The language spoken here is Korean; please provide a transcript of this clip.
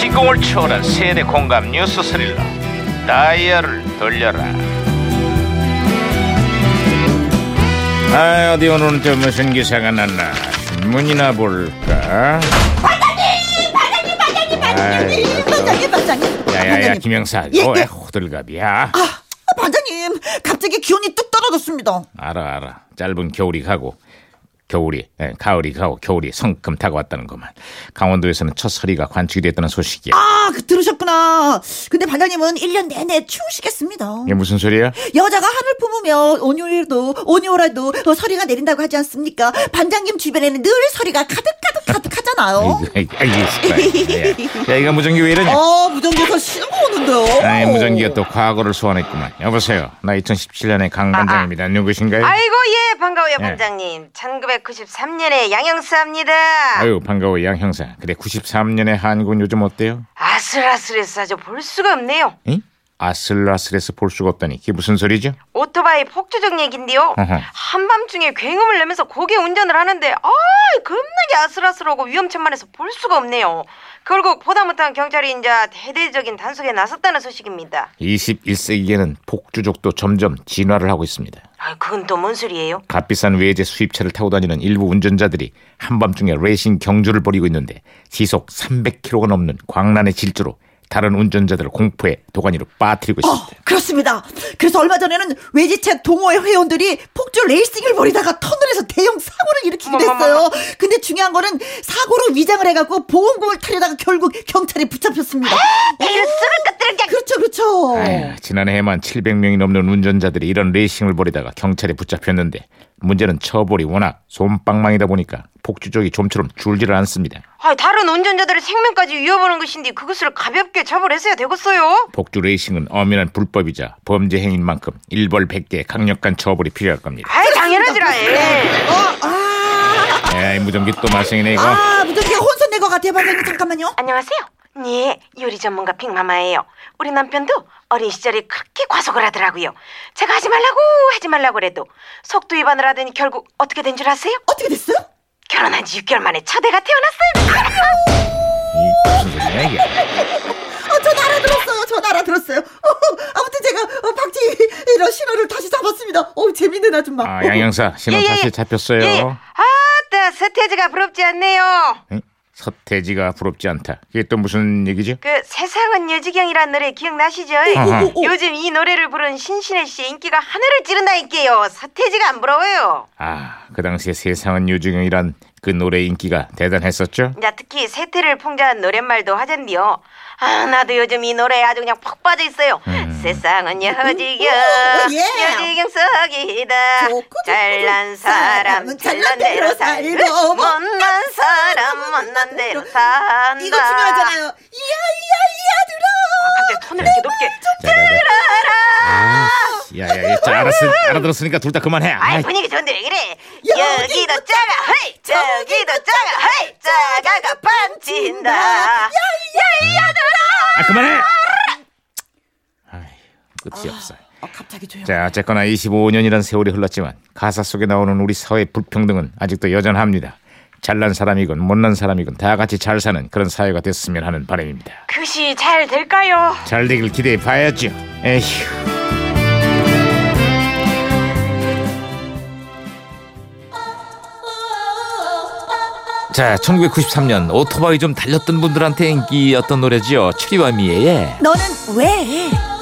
시공을 초월한 세대 공감 뉴스 스릴러 다이얼을 돌려라 아 어디 오늘은 또 무슨 기사가 났나 신문이나 볼까 아이, 반장님, 반장님. 야야야 반장님. 김영사 예, 이거 왜 예. 호들갑이야 아, 반장님, 갑자기 기온이 뚝 떨어졌습니다. 알아 알아 짧은 겨울이 가고 겨울이 예, 가을이 가고 겨울이 성큼 다가왔다는 것만 강원도에서는 첫 서리가 관측이 됐다는 소식이야 아, 그 들으셨구나. 근데 반장님은 1년 내내 추우시겠습니다. 이게 무슨 소리야 여자가 한을 품으면 온유일도 온유라도 어, 서리가 내린다고 하지 않습니까? 반장님 주변에는 늘 서리가 가득 가득 가득 하잖아요. 아이고, 아이고, 아이고, 야, 야, 이거 무전기 왜 이러냐? 아, 무전기에서 신호가 오는데요. 아이, 무전기가 또 과거를 소환했구만. 여보세요. 나 2017년의 강반장입니다. 누구신가요? 아이고 예 반가워요 예. 반장님 1993년에 양형사입니다 아유, 반가워, 양 형사. 그래, 93년의 한국은 요즘 어때요? 아슬아슬해서 아주 볼 수가 없네요 응? 아슬아슬해서 볼 수가 없다니. 그게 무슨 소리죠? 오토바이 폭주적 얘긴데요 어허. 한밤중에 굉음을 내면서 고개 운전을 하는데 아 겁나게 아슬아슬하고 위험천만해서 볼 수가 없네요 결국 보다 못한 경찰이 이제 대대적인 단속에 나섰다는 소식입니다 21세기에는 폭주족도 점점 진화를 하고 있습니다. 아 그건 또 뭔 소리예요? 값비싼 외제 수입차를 타고 다니는 일부 운전자들이 한밤중에 레이싱 경주를 벌이고 있는데 시속 300km가 넘는 광란의 질주로 다른 운전자들을 공포의 도가니로 빠뜨리고 어, 있습니다. 그렇습니다. 그래서 얼마 전에는 외지체 동호회 회원들이 폭주 레이싱을 벌이다가 터널에서 대형 사고를 일으키기도 했어요. 근데 중요한 거는 사고로 위장을 해갖고 보험금을 타려다가 결국 경찰에 붙잡혔습니다. 네, 이를 쓰을 것들은 그냥 그렇죠, 어. 그렇죠. 아휴, 지난해에만 700명이 넘는 운전자들이 이런 레이싱을 벌이다가 경찰에 붙잡혔는데 문제는 처벌이 워낙 솜방망이다 보니까 폭주족이 좀처럼 줄지를 않습니다. 아, 다른 운전자들의 생명까지 위협하는 것인데 그것을 가볍게 처벌했어야 되겠어요? 폭주 레이싱은 엄연한 불법이자 범죄 행위인 만큼 일벌 100개의 강력한 처벌이 필요할 겁니다. 아이 당연하지라 예. 에이, 무전기 또 말썽이네 이거. 어, 아, 무전기가 혼선 낸것 같아요, 반장님. 잠깐만요. 안녕하세요. 네, 요리 전문가 빅마마예요. 우리 남편도 어린 시절에 그렇게 과속을 하더라고요. 제가 하지 말라고 하지 말라고 그래도 속도 위반을 하더니 결국 어떻게 된 줄 아세요? 어떻게 됐어요? 결혼한 지 6개월 만에 첫애가 태어났어요. 이 무슨 소리야 이게. 어, 전 알아들었어요. 전 알아들었어요. 어, 아무튼 제가 어, 박지 이런 신호를 다시 잡았습니다. 어, 재밌는 아줌마. 아, 양형사 신호 예, 예, 다시 예. 잡혔어요. 예. 아따 서태지가 부럽지 않네요. 응? 서태지가 부럽지 않다. 그게 또 무슨 얘기죠? 그 세상은 여지경이란 노래 기억나시죠? 아하. 오, 오, 오. 요즘 이 노래를 부른 신신혜 씨의 인기가 하늘을 찌른다니까요. 서태지가 안 부러워요. 아, 그 당시에 세상은 요정이란 그 노래 인기가 대단했었죠? 자, 특히 세태를 풍자한 노랫말도 화제인데요. 아, 나도 요즘 이 노래에 아주 그냥 푹 빠져 있어요. 세상은 여지경, 음. 오, 예. 여지경 속이다. 좋고 좋고 잘난 좋고 사람은 잘난 대로 살고, 못난 사람 못난 대로 산다. 이거 중요하잖아요. 이야, 이야, 이야, 들어. 갑자기 톤을 이렇게 아, 자, 높게. 자, 자. 아, 야야야, 알았으, 알아들었으니까 둘 다 그만해. 아이 아이, 분위기 좋은데 왜 그래? 여기도 여기도 작아, 헤이! 저기도 작아, 헤이! 작아가 반친다. 야, 아, 그만해. 아이, 끝이 없어. 아, 갑자기 조용. 자, 어쨌거나 25년이란 세월이 흘렀지만 가사 속에 나오는 우리 사회 불평등은 아직도 여전합니다. 잘난 사람이건 못난 사람이건 다 같이 잘 사는 그런 사회가 됐으면 하는 바람입니다. 그것이 잘 될까요? 잘 되길 기대해 봐야죠. 에휴. 자, 1993년 오토바이 좀 달렸던 분들한테 인기였던 노래지요. 추리바미의 너는 왜?